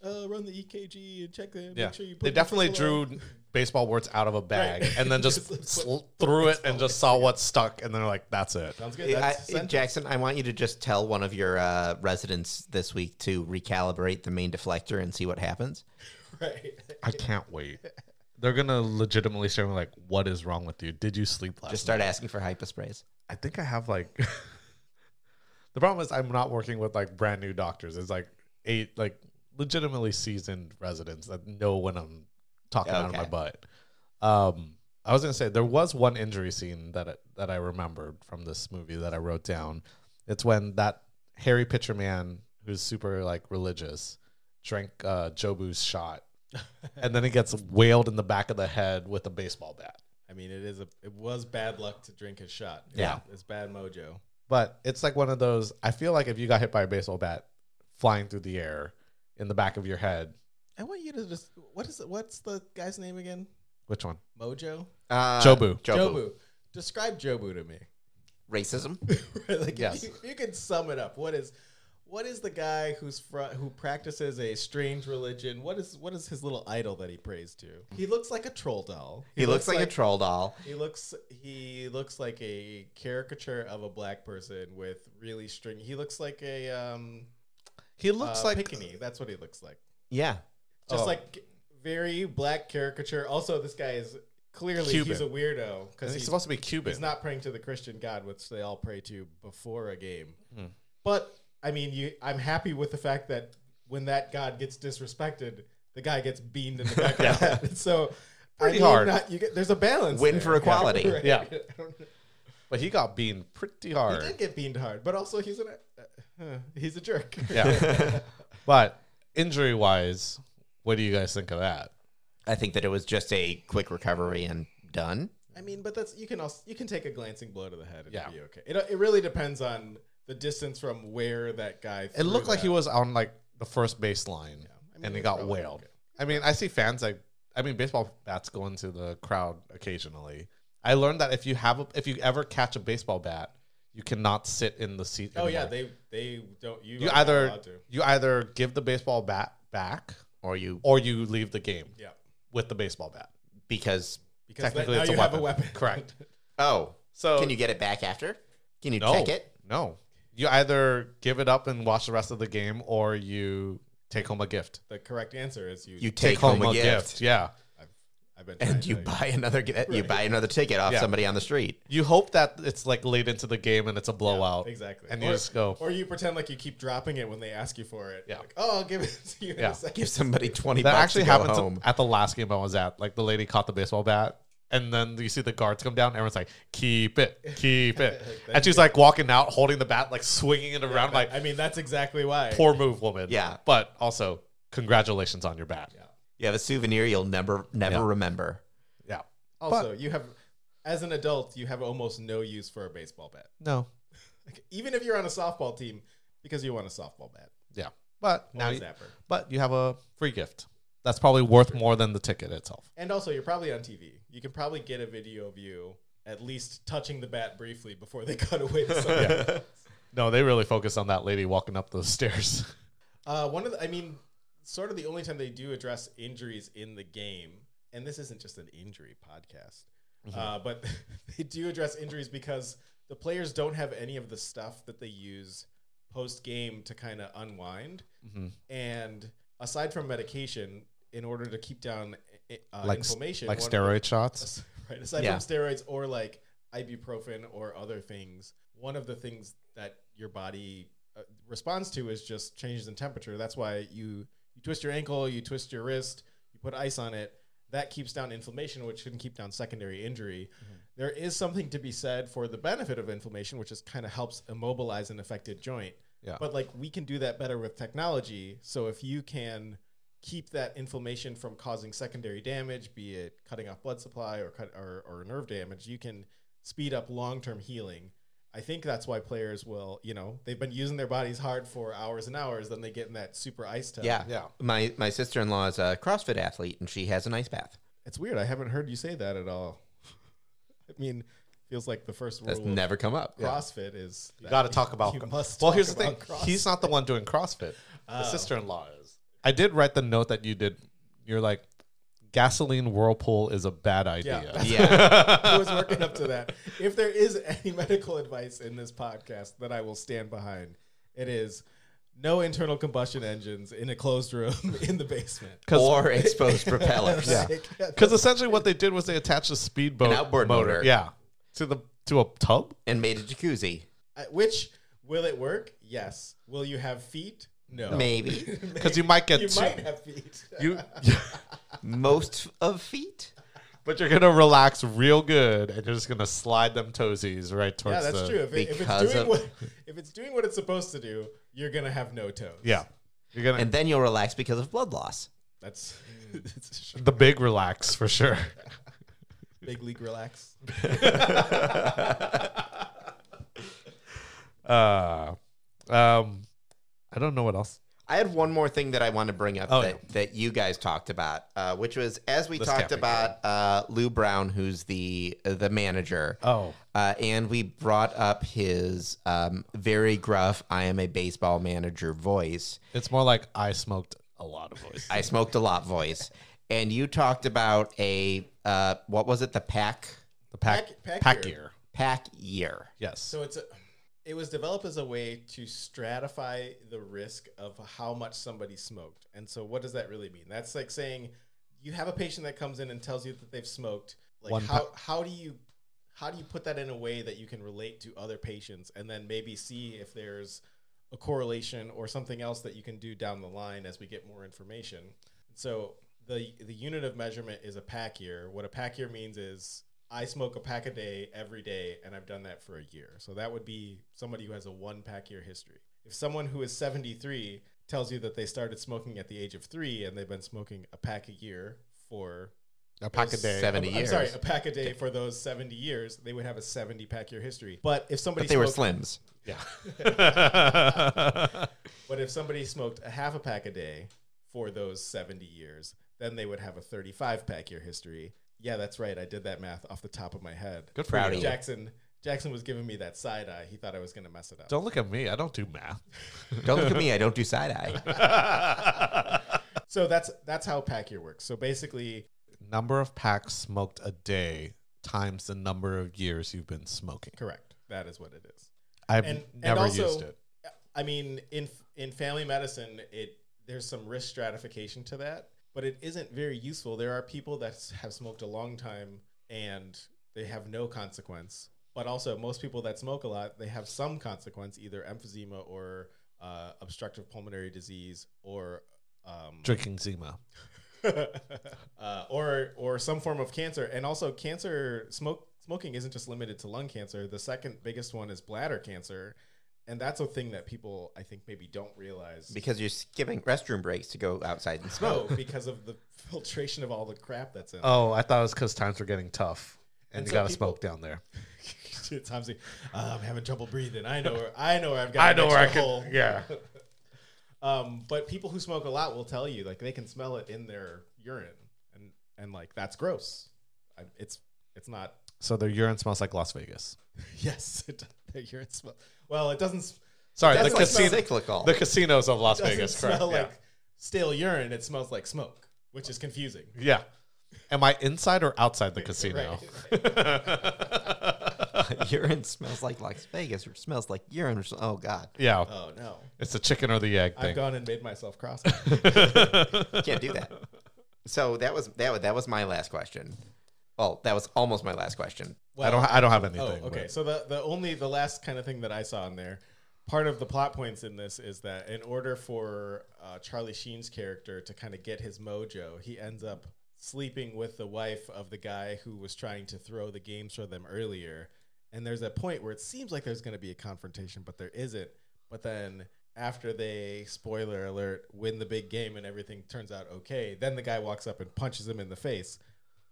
uh, run the EKG and check the Yeah. make sure you. Put They the definitely pillow." drew baseball words out of a bag Right. <laughs> and then just Just like, sl- threw it and just saw what stuck and then they're like, that's it. Sounds good. I, <laughs> That's sentence. Jackson, I want you to just tell one of your uh, residents this week to recalibrate the main deflector and see what happens. right. I can't wait. They're going to legitimately start like, what is wrong with you? Did you sleep last Just night? start asking for hyposprays. I think I have like <laughs> the problem is I'm not working with like brand new doctors. It's like eight like legitimately seasoned residents that know when I'm talking out of my Okay. butt. Um, I was gonna say there was one injury scene that I, that I remembered from this movie that I wrote down. It's when that hairy pitcher man who's super like religious drank uh, Jobu's shot, and then he gets whaled in the back of the head with a baseball bat. I mean, it is a. It was bad luck to drink his shot. Yeah. It's bad mojo. but it's like one of those i feel like if you got hit by a baseball bat flying through the air in the back of your head I want you to just what is it, what's the guy's name again? which one Mojo? Uh, Jobu. Jobu. Describe Jobu to me. <laughs> Racism. like if Yes. you, if you could sum it up. What is what is the guy who's fr- who practices a strange religion? What is what is his little idol that he prays to? He looks like a troll doll. He looks like a troll doll. He looks he looks like a caricature of a black person with really string. He looks like a um he looks uh, like Pekingese. That's what he looks like. Yeah. just Oh. like very black caricature. Also, this guy is clearly Cuban. he's a weirdo he's, because he's, supposed to be cuban he's not praying to the Christian God, which they all pray to before a game. Hmm. But I mean, you, I'm happy with the fact that when that God gets disrespected, the guy gets beamed in the back of the head. <laughs> So Pretty I mean, hard. Not, you get, there's a balance. Win there. for equality. Yeah. <laughs> right. Yeah. I don't know. but he got beamed pretty He hard did get beamed hard, but also he's an uh, he's a jerk. <laughs> yeah but injury wise what do you guys think of that I think that it was just a quick recovery and done. I mean, but that's you can also you can take a glancing blow to the head and Yeah. be okay. It it really depends on the distance from where that guy. It threw looked like he that. was on like the first baseline, I mean, and he they're got probably wailed. okay. I mean, I see fans like I mean, baseball bats go into the crowd occasionally. I learned that if you have a, if you ever catch a baseball bat, you cannot sit in the seat. Oh yeah, anymore. they they don't you, you are not either allowed to. you either give the baseball bat back or you or you leave the game yeah with the baseball bat. because because that, Technically, now it's a you have a weapon. weapon. Correct. oh, So can you get it back after? Can you no, check it? No, you either give it up and watch the rest of the game, or you take home a gift. <laughs> the correct answer is you. You take, home, a, gift, Yeah. I've been trying and to you tell buy another gi- you buy another ticket off Yeah. somebody on the street. You hope that it's like late into the game and it's a blowout. exactly, And you just go. or you pretend like you keep dropping it when they ask you for it. Yeah. Like, oh, I'll give it <laughs> to you. In Yeah. a second. Give somebody twenty. that bucks actually to go happened home. to, at the last game I was at. Like the lady caught the baseball bat, and then you see the guards come down. Everyone's like, "Keep it, keep <laughs> it," and she's like walking out, holding the bat, like swinging it around. like, <laughs> I mean, that's exactly why. poor move, woman. Yeah. but also congratulations on your bat. Yeah, You have a souvenir you'll never never Yeah. remember. also, you have as an adult, you have almost no use for a baseball bat. no, Like, even if you're on a softball team, because you want a softball bat yeah, but or now, a you- zapper. but you have a free gift. That's probably worth more than the ticket itself. And also, you're probably on TV. You can probably get a video of you at least touching the bat briefly before they <laughs> cut away to somebody. No, they really focus on that lady walking up those <laughs> stairs. Uh, one of the, I mean, sort of the only time they do address injuries in the game, and this isn't just an injury podcast, Mm-hmm. uh, but <laughs> they do address injuries because the players don't have any of the stuff that they use post game to kind of unwind. Mm-hmm. And aside from medication, in order to keep down uh, like inflammation, like one- steroid shots. <laughs> right aside Yeah. from steroids or like ibuprofen or other things one of the things that your body uh, responds to is just changes in temperature that's why you you twist your ankle you twist your wrist you put ice on it that keeps down inflammation which can keep down secondary injury There is something to be said for the benefit of inflammation which is kind of helps immobilize an affected joint Yeah. but like we can do that better with technology so if you can keep that inflammation from causing secondary damage, be it cutting off blood supply or cut or, or nerve damage, you can speed up long term healing. I think that's why players will, you know, they've been using their bodies hard for hours and hours, then they get in that super ice tub. Yeah. Yeah. My my sister in law is a CrossFit athlete and she has an ice bath. It's weird. I haven't heard you say that at all. <laughs> I mean, feels like the first rule That's of never come up. CrossFit is You got to talk about. <laughs> you must well, talk here's the thing: about CrossFit. <laughs> he's not the one doing CrossFit. Oh. The sister-in-law is. I did write the note that you did. You're like, gasoline whirlpool is a bad idea. Yeah. Yeah. <laughs> I was <laughs> working up to that. If there is any medical advice in this podcast that I will stand behind, it is no internal combustion engines in a closed room <laughs> in the basement. or <laughs> exposed <laughs> propellers. Because essentially, what they did was they attached a speedboat An outboard motor. yeah, to the to a tub. And made a jacuzzi. Uh, Which will it work? Yes. Will you have feet? Oh. No. Maybe. Because you might get You two- might have feet. <laughs> <laughs> you, Most of feet. but you're gonna relax real good, and you're just gonna slide them toesies right towards. yeah, that's the, true. If, it, if it's because doing of- what if it's doing what it's supposed to do, you're gonna have no toes. Yeah, you're gonna And then you'll relax because of blood loss. that's, mm. that's the big relax for <laughs> sure. big league relax. Uh, um, I don't know what else. I had one more thing that I want to bring up Oh, that, that you guys talked about, uh, which was as we This can't talked be about uh, Lou Brown, who's the the manager. Oh, uh, and we brought up his um, very gruff "I am a baseball manager" voice. it's more like I smoked a lot of voice. I smoked a lot voice, and you talked about a uh, what was it? The pack The pack Pack- pack, pack ear. ear. pack year. Yes. So it's a, it was developed as a way to stratify the risk of how much somebody smoked. And so what does that really mean? That's like saying you have a patient that comes in and tells you that they've smoked. Like One how how do you how do you put that in a way that you can relate to other patients and then maybe see if there's a correlation or something else that you can do down the line as we get more information. So the the unit of measurement is a pack year. What a pack year means is I smoke a pack a day every day, and I've done that for a year. So that would be somebody who has a one pack year history. If someone who is 73 tells you that they started smoking at the age of three and they've been smoking a pack a year for A pack a day. Seventy I'm years. sorry, a pack a day for those 70 years, they would have a 70 pack year history. But if somebody But they were smoked- slims. Yeah. But if somebody smoked a half a pack a day for those 70 years, then they would have a 35 pack year history. Yeah, that's right. I did that math off the top of my head. Good for Proud you. of you. Jackson Jackson was giving me that side eye. He thought I was going to mess it up. <laughs> Don't look at me. I don't do math. Don't look at me. I don't do side <laughs> eye. So that's that's how pack year works. So basically, <laughs> number of packs smoked a day times the number of years you've been smoking. correct. That is what it is. I've And- and never also- used it. I mean, in in family medicine, it there's some risk stratification to that, but it isn't very useful. There are people that <laughs> s- have smoked a long time and they have no consequence. But also, most people that smoke a lot, they have some consequence, either emphysema or uh, obstructive pulmonary disease, or um, Drinking Zima. <laughs> uh, or or some form of cancer. And also, cancer smoke smoking isn't just limited to lung cancer. The second biggest one is bladder cancer, and that's a thing that people I think maybe don't realize. Because you're skipping restroom breaks to go outside and no, <laughs> smoke. because of the filtration of all the crap that's in. Oh, I thought it was because times were getting tough and, And you so got to people- smoke down there. <laughs> It's obviously, "Uh, I'm having trouble breathing. I know. Where, I know where I've got. I an know where extra I hole." could- yeah. <laughs> Um, but people who smoke a lot will tell you like they can smell it in their urine, and and like that's gross. I, it's it's not So their urine smells like Las Vegas. <laughs> Yes, it does. The urine smell. Well, it doesn't. s- Sorry, That's the, like casino, cyclical. <laughs> the casinos of Las doesn't Vegas. Correct. smell yeah. like stale urine. It smells like smoke, which is confusing. yeah. Am I inside or outside the casino? <laughs> Right. urine smells like Las Vegas. Or smells like urine. Or so- oh God, Yeah. oh no! it's the chicken or the egg I've thing. gone and made myself <laughs> cross. can't do that. So that was that. wa- That was my last question. Well, that was almost my last question. I don't. I don't have anything. Oh, okay. but- So the the only the last kind of thing that I saw in there, part of the plot points in this is that in order for uh, Charlie Sheen's character to kind of get his mojo, he ends up sleeping with the wife of the guy who was trying to throw the games for them earlier. And there's a point where it seems like there's going to be a confrontation, but there isn't. But then after they spoiler alert win the big game and everything turns out okay, then the guy walks up and punches him in the face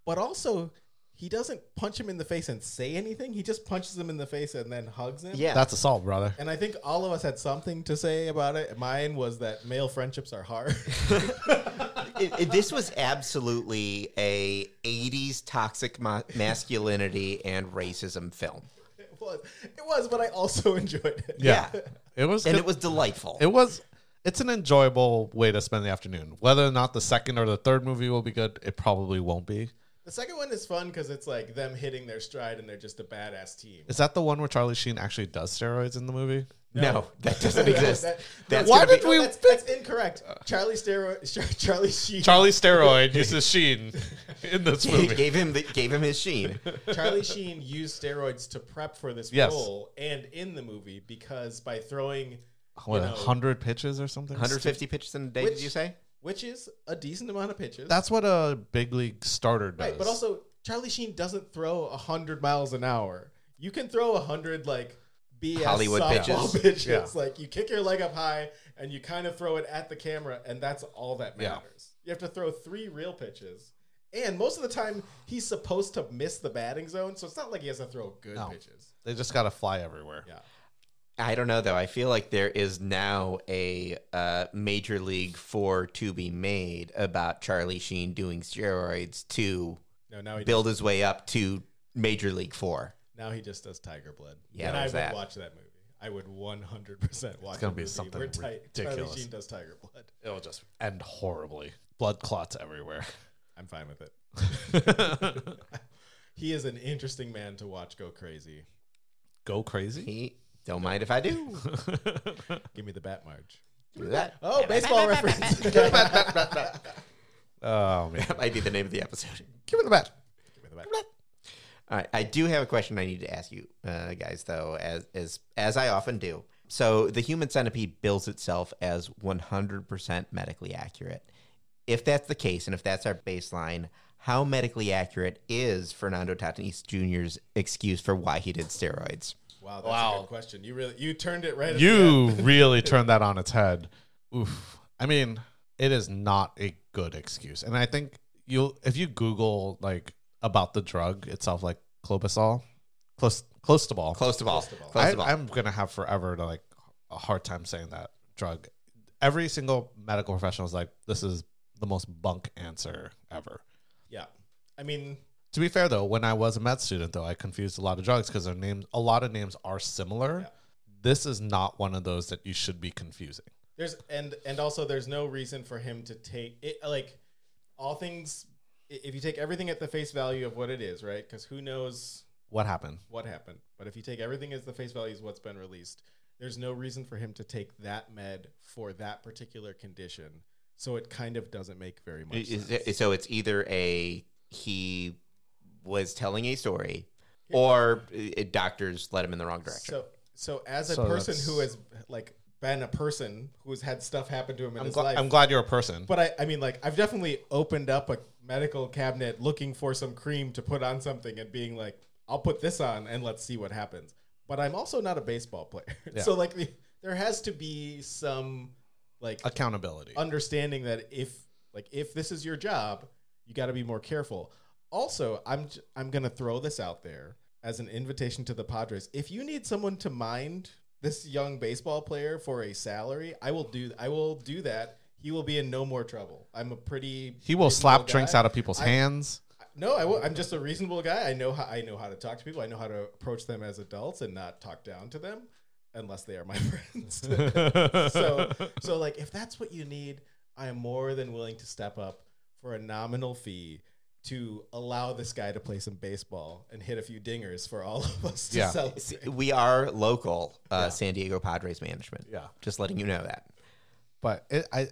but also he doesn't punch him in the face and say anything. He just punches him in the face and then hugs him. Yeah, That's assault, brother. And I think all of us had something to say about it. Mine was that male friendships are hard. <laughs> it, it- this was absolutely a 80s toxic ma- masculinity and racism film it was, it was, but I also <laughs> enjoyed it. Yeah. Yeah. It was. and good- it was delightful It was. It's an enjoyable way to spend the afternoon. Whether or not the second or the third movie will be good, it probably won't be. The second one is fun because it's like them hitting their stride and they're just a badass team. Is that the one where Charlie Sheen actually does steroids in the movie? no, that doesn't exist That- that's Why gonna did be- we- That's, that's incorrect. Charlie <laughs> Steroid, Charlie Sheen, Charlie steroid uses Sheen in this gave, movie. <laughs> gave him the, gave him his <laughs> sheen Charlie Sheen used steroids to prep for this Yes. role and in the movie because by throwing What, you a know, hundred pitches or something? 150 pitches in a day Which- did you say which is a decent amount of pitches. That's what a big league starter does. right, but also Charlie Sheen doesn't throw hundred miles an hour. You can throw hundred like BS Hollywood softball pitches. <laughs> pitches. Yeah. Like you kick your leg up high and you kind of throw it at the camera, and that's all that Yeah. matters. You have to throw three real pitches. And most of the time, he's supposed to miss the batting zone, so it's not like he has to throw good No. pitches. they just got to fly everywhere. Yeah. i don't know though i feel like there is now a uh, major league for to be made about charlie sheen doing steroids to No, now he build his way up to major league four Now he just does Tiger Blood. Yeah, and I there's would that. watch that movie. I would 100% watch. It's gonna be something ridiculous. Charlie Sheen does Tiger Blood. It'll just end horribly. Blood clots everywhere. <laughs> I'm fine with it. He is an interesting man to watch go crazy. Go crazy. he don't mind if i do Give me the bat march. do that <laughs> Oh, baseball reference. Give <laughs> me <laughs> Oh man. that might be the name of the episode Give me the bat. the bat. All right, I do have a question I need to ask you uh, guys, though, as as as I often do. So the human centipede bills itself as 100% medically accurate. If that's the case, and if that's our baseline, how medically accurate is Fernando Tatis Jr.'s excuse for why he did steroids? Wow, that's a good question. You really you turned it right. at the end. You <laughs> really turned that on its head. Oof. I mean, it is not a good excuse. And I think you'll if you Google like about the drug itself, like clobazole, close close to ball. Close to ball. Close to ball. Close to ball. I, I'm gonna have forever to like a hard time saying that drug. Every single medical professional is like, this is the most bunk answer ever. Yeah. I mean, To be fair though, when I was a med student though, I confused a lot of drugs because their names, a lot of names are similar. Yeah. This is not one of those that you should be confusing. there's and and also there's no reason for him to take it like all things i- if you take everything at the face value of what it is, right? Cuz who knows What happened? what happened. But if you take everything as the face value is what's been released, there's no reason for him to take that med for that particular condition. So it kind of doesn't make very much Is sense. it- so it's either a he was telling a story, or uh, doctors led him in the wrong direction. So so as a So person who that's- has like been a person who's had stuff happen to him in I'm, his gl- life. I'm glad you're a person. But I, I mean, like, I've definitely opened up a medical cabinet looking for some cream to put on something and being like, I'll put this on and let's see what happens. But I'm also not a baseball player. <laughs> so, like, the, there has to be some, like, Accountability. understanding that if, like, if this is your job, you got to be more careful. Also, I'm, j- I'm going to throw this out there as an invitation to the Padres. If you need someone to mind this young baseball player for a salary, I will do, I will do that. He will be in no more trouble. I'm a pretty. He will reasonable slap drinks guy. out of people's I- hands. No, I will, I'm just a reasonable guy. I know how I know how to talk to people. I know how to approach them as adults and not talk down to them, unless they are my <laughs> <laughs> friends. <laughs> so, so like if that's what you need, I am more than willing to step up for a nominal fee to allow this guy to play some baseball and hit a few dingers for all of us to Yeah. S- celebrate. We are local uh, San Diego Padres management. Yeah. Just letting you know that. but it, I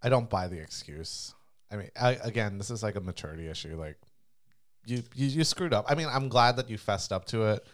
I don't <laughs> buy the excuse. I mean, I, again, this is like a maturity issue. Like you, you you screwed up. I mean, I'm glad that you fessed up to it,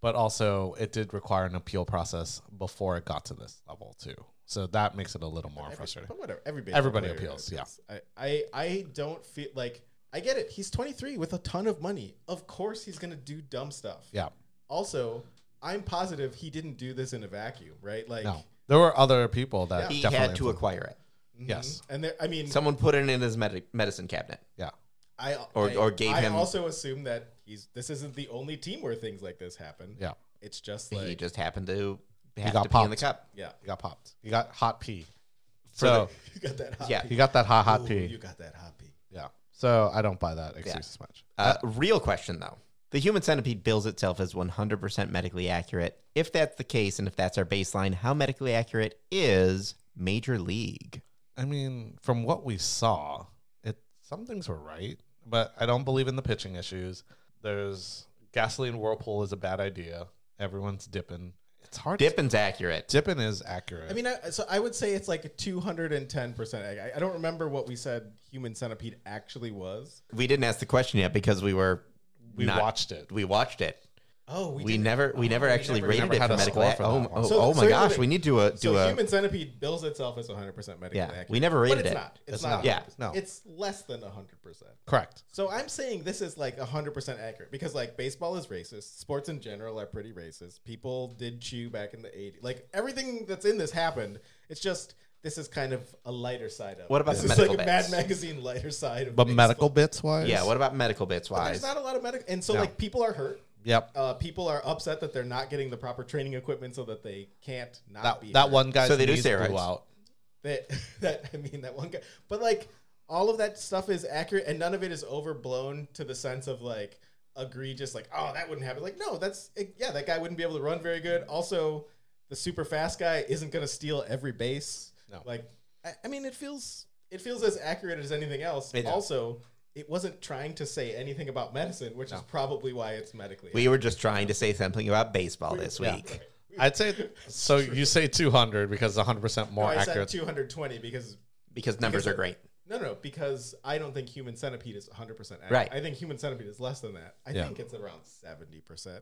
but also it did require an appeal process before it got to this level too. So that makes it a little more frustrating. But whatever, every baseball Everybody player appeals, yeah. appeals. I, I I don't feel like I get it. He's 23 with a ton of money. Of course, he's gonna do dumb stuff. Yeah. Also, I'm positive he didn't do this in a vacuum, right? Like, No, there were other people that He definitely had to acquire it. mhm. Yes. And there, I mean, Someone put it in his medi- medicine cabinet. Yeah. I or- I, or gave I him- also assume that he's this isn't the only team where things like this happen. Yeah. It's just like he just happened to have got to pee in the popped. cup. yeah, <laughs> You got popped. You got hot pee. For So you got that hot Yeah. you pee. got that hot hot Ooh, pee. You got that hot pee. yeah. So I don't buy that excuse as much. Uh, real question though. The human centipede bills itself as 100% medically accurate. If that's the case, and if that's our baseline, how medically accurate is Major League? I mean, from what we saw, it some things were right, but I don't believe in the pitching issues. There's gasoline whirlpool is a bad idea. Everyone's dipping. It's hard. to- Dippin's accurate. dipping is accurate. I mean, I, so I would say it's like a two hundred and ten percent. I I don't remember what we said human centipede actually was. We didn't ask the question yet because we were we not- watched it. we watched it. Oh, We, never we never actually never- rated never it had for a medical. score ac- for that oh, one. oh, So- oh so my here's gosh, the we thing. need to uh, do So a human centipede bills itself as one hundred percent medically Yeah, accurate. we never rated but it's it. Not. It's, It's not. not. Yeah. No. It's less than hundred percent. Correct. So I'm saying this is like 100% accurate because like baseball is racist. Sports in general are pretty racist. People did chew back in the 80s. Like everything that's in this happened. It's just this is kind of a lighter side of What it. about this the is medical like a bits? Mad Magazine lighter side of But baseball. medical bits wise, yeah. What about medical bits But wise? there's not a lot of medical and so No. like people are hurt. Yep. Uh, people are upset that they're not getting the proper training equipment so that they can't not that be that hurt. one guy's So they do knees blew steroids. out. That <laughs> that I mean that one guy, but like all of that stuff is accurate, and none of it is overblown to the sense of like egregious, like oh that wouldn't happen. Like no, that's it, yeah, that guy wouldn't be able to run very good. Also, the super fast guy isn't going to steal every base. No. like I, I mean it feels it feels as accurate as anything else. It- also, it wasn't trying to say anything about medicine, which is probably why it's medically. We were just trying to say something about baseball this yeah. week. I'd say so. You say two hundred because one hundred percent more accurate. I said accurate. 220 because because numbers Because are great. No, no, because I don't think human centipede is 100% accurate. Right. I think human centipede is less than that. I Yeah. think it's around 70%.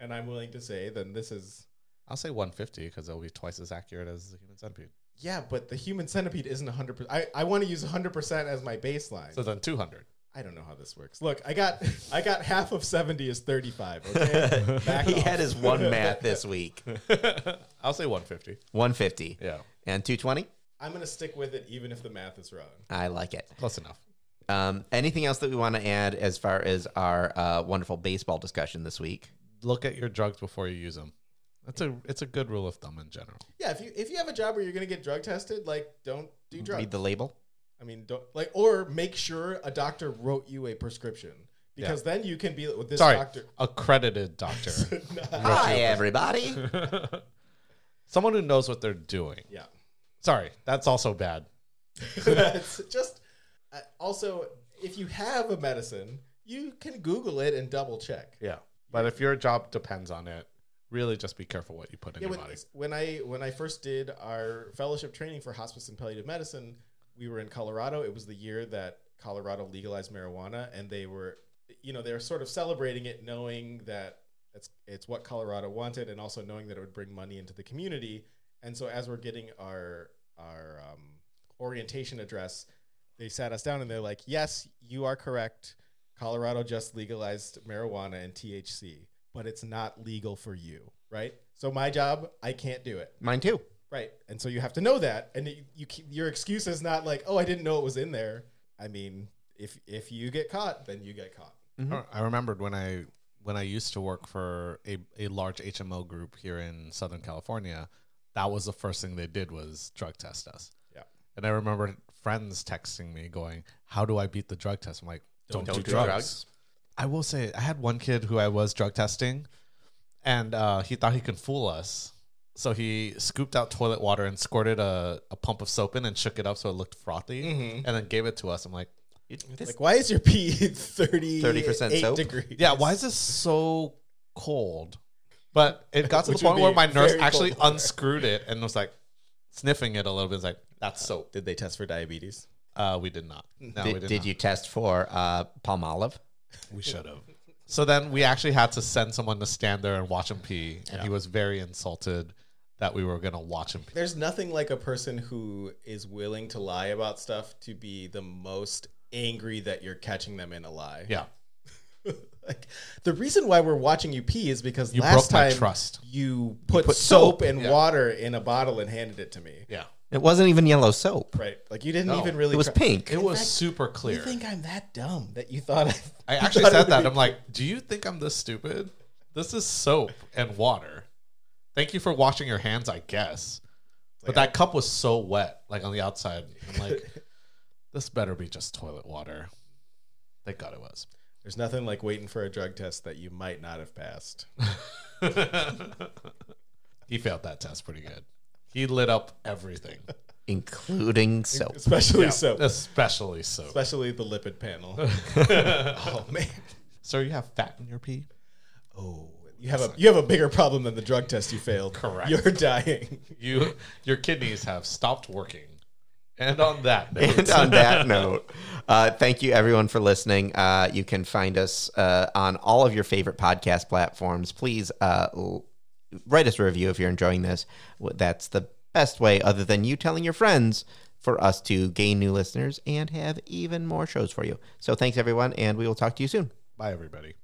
And I'm willing to say then this is I'll say one fifty because it'll be twice as accurate as the human centipede. yeah, but the human centipede isn't 100%. I, I want to use 100% as my baseline. So then two hundred. I don't know how this works. Look, I got I got half of 70 is <laughs> 35, okay? Back he off. had his one math this week. I'll say one fifty. 150 Yeah, and 220. I'm going to stick with it even if the math is wrong. I like it. close enough. Um, anything else that we want to add as far as our uh, wonderful baseball discussion this week? Look at your drugs before you use them. That's a it's a good rule of thumb in general. Yeah, if you if you have a job where you're gonna get drug tested, like don't do drugs. Read the label. I mean, don't like or make sure a doctor wrote you a prescription because then you can be with this Sorry, doctor. <laughs> accredited doctor, Hi, everybody. someone who knows what they're doing. yeah, Sorry, that's also bad. That's just uh, also if you have a medicine, you can Google it and double check. Yeah, but if your job depends on it, really just be careful what you put in Yeah, your when, body. when I when I first did our fellowship training for hospice and palliative medicine, we were in Colorado. It was the year that Colorado legalized marijuana, and they were, you know, they were sort of celebrating it, knowing that it's it's what Colorado wanted, and also knowing that it would bring money into the community. And so, as we're getting our our um, orientation address, they sat us down and they're like, "Yes, you are correct. Colorado just legalized marijuana and THC, but it's not legal for you, right? So my job, I can't do it, Mine too. right? And so you have to know that, and you, you keep- your excuse is not like, "Oh, I didn't know it was in there." I mean, if if you get caught, then you get caught. I- I remembered when I when I used to work for a, a large HMO group here in Southern California, that was the first thing they did was drug test us. Yeah. And I remember friends texting me going, "How do I beat the drug test?" I'm like, "Don't, do drugs. I will say I had one kid who I was drug testing, and uh, he thought he could fool us. So he scooped out toilet water and squirted a, a pump of soap in and shook it up so it looked frothy, and then gave it to us. I'm like, This- Like, why is your <laughs> pee thirty 30% soap? degrees? Yeah, why is this so cold? But it got to the Which would point where be my nurse very actually cold water. unscrewed it and was like sniffing it a little bit. It's like, that's soap. Did they test for diabetes? Uh, we did not. No, we Did, did, did not. you test for uh, palm olive? We should have. So then we actually had to send someone to stand there and watch him pee. And he was very insulted that we were going to watch him pee. There's nothing like a person who is willing to lie about stuff to be the most angry that you're catching them in a lie. Yeah. like the reason why we're watching you pee is because You last broke my time trust. you put, put soap, soap. and Yeah. water in a bottle and handed it to me. Yeah. It wasn't even yellow soap. Right. Like you didn't No, even really It was try- pink. It was fact, super You clear. think I'm that dumb that you thought I I you actually thought it said would that. be- I'm <laughs> like, do you think I'm this stupid? This is soap and water. Thank you for washing your hands, I guess. But that cup was so wet, like on the outside. I'm like, <laughs> this better be just toilet water. Thank God it <laughs> was. <laughs> There's nothing like waiting for a drug test that you might not have passed. he failed that test pretty good. He lit up <laughs> everything, including soap. Especially soap. especially soap. Especially the <laughs> lipid panel. oh man. Sir, you have fat in your pee? Oh, you have a you have a bigger problem than the drug test you failed. Correct. You're dying. You, your kidneys have stopped working. <laughs> And on that note, And on that note, uh, thank you everyone for listening. Uh, you can find us uh, on all of your favorite podcast platforms. Please uh, l- write us a review if you're enjoying this. W- That's the best way, other than you telling your friends, for us to gain new listeners and have even more shows for you. So thanks everyone, and we will talk to you soon. bye everybody.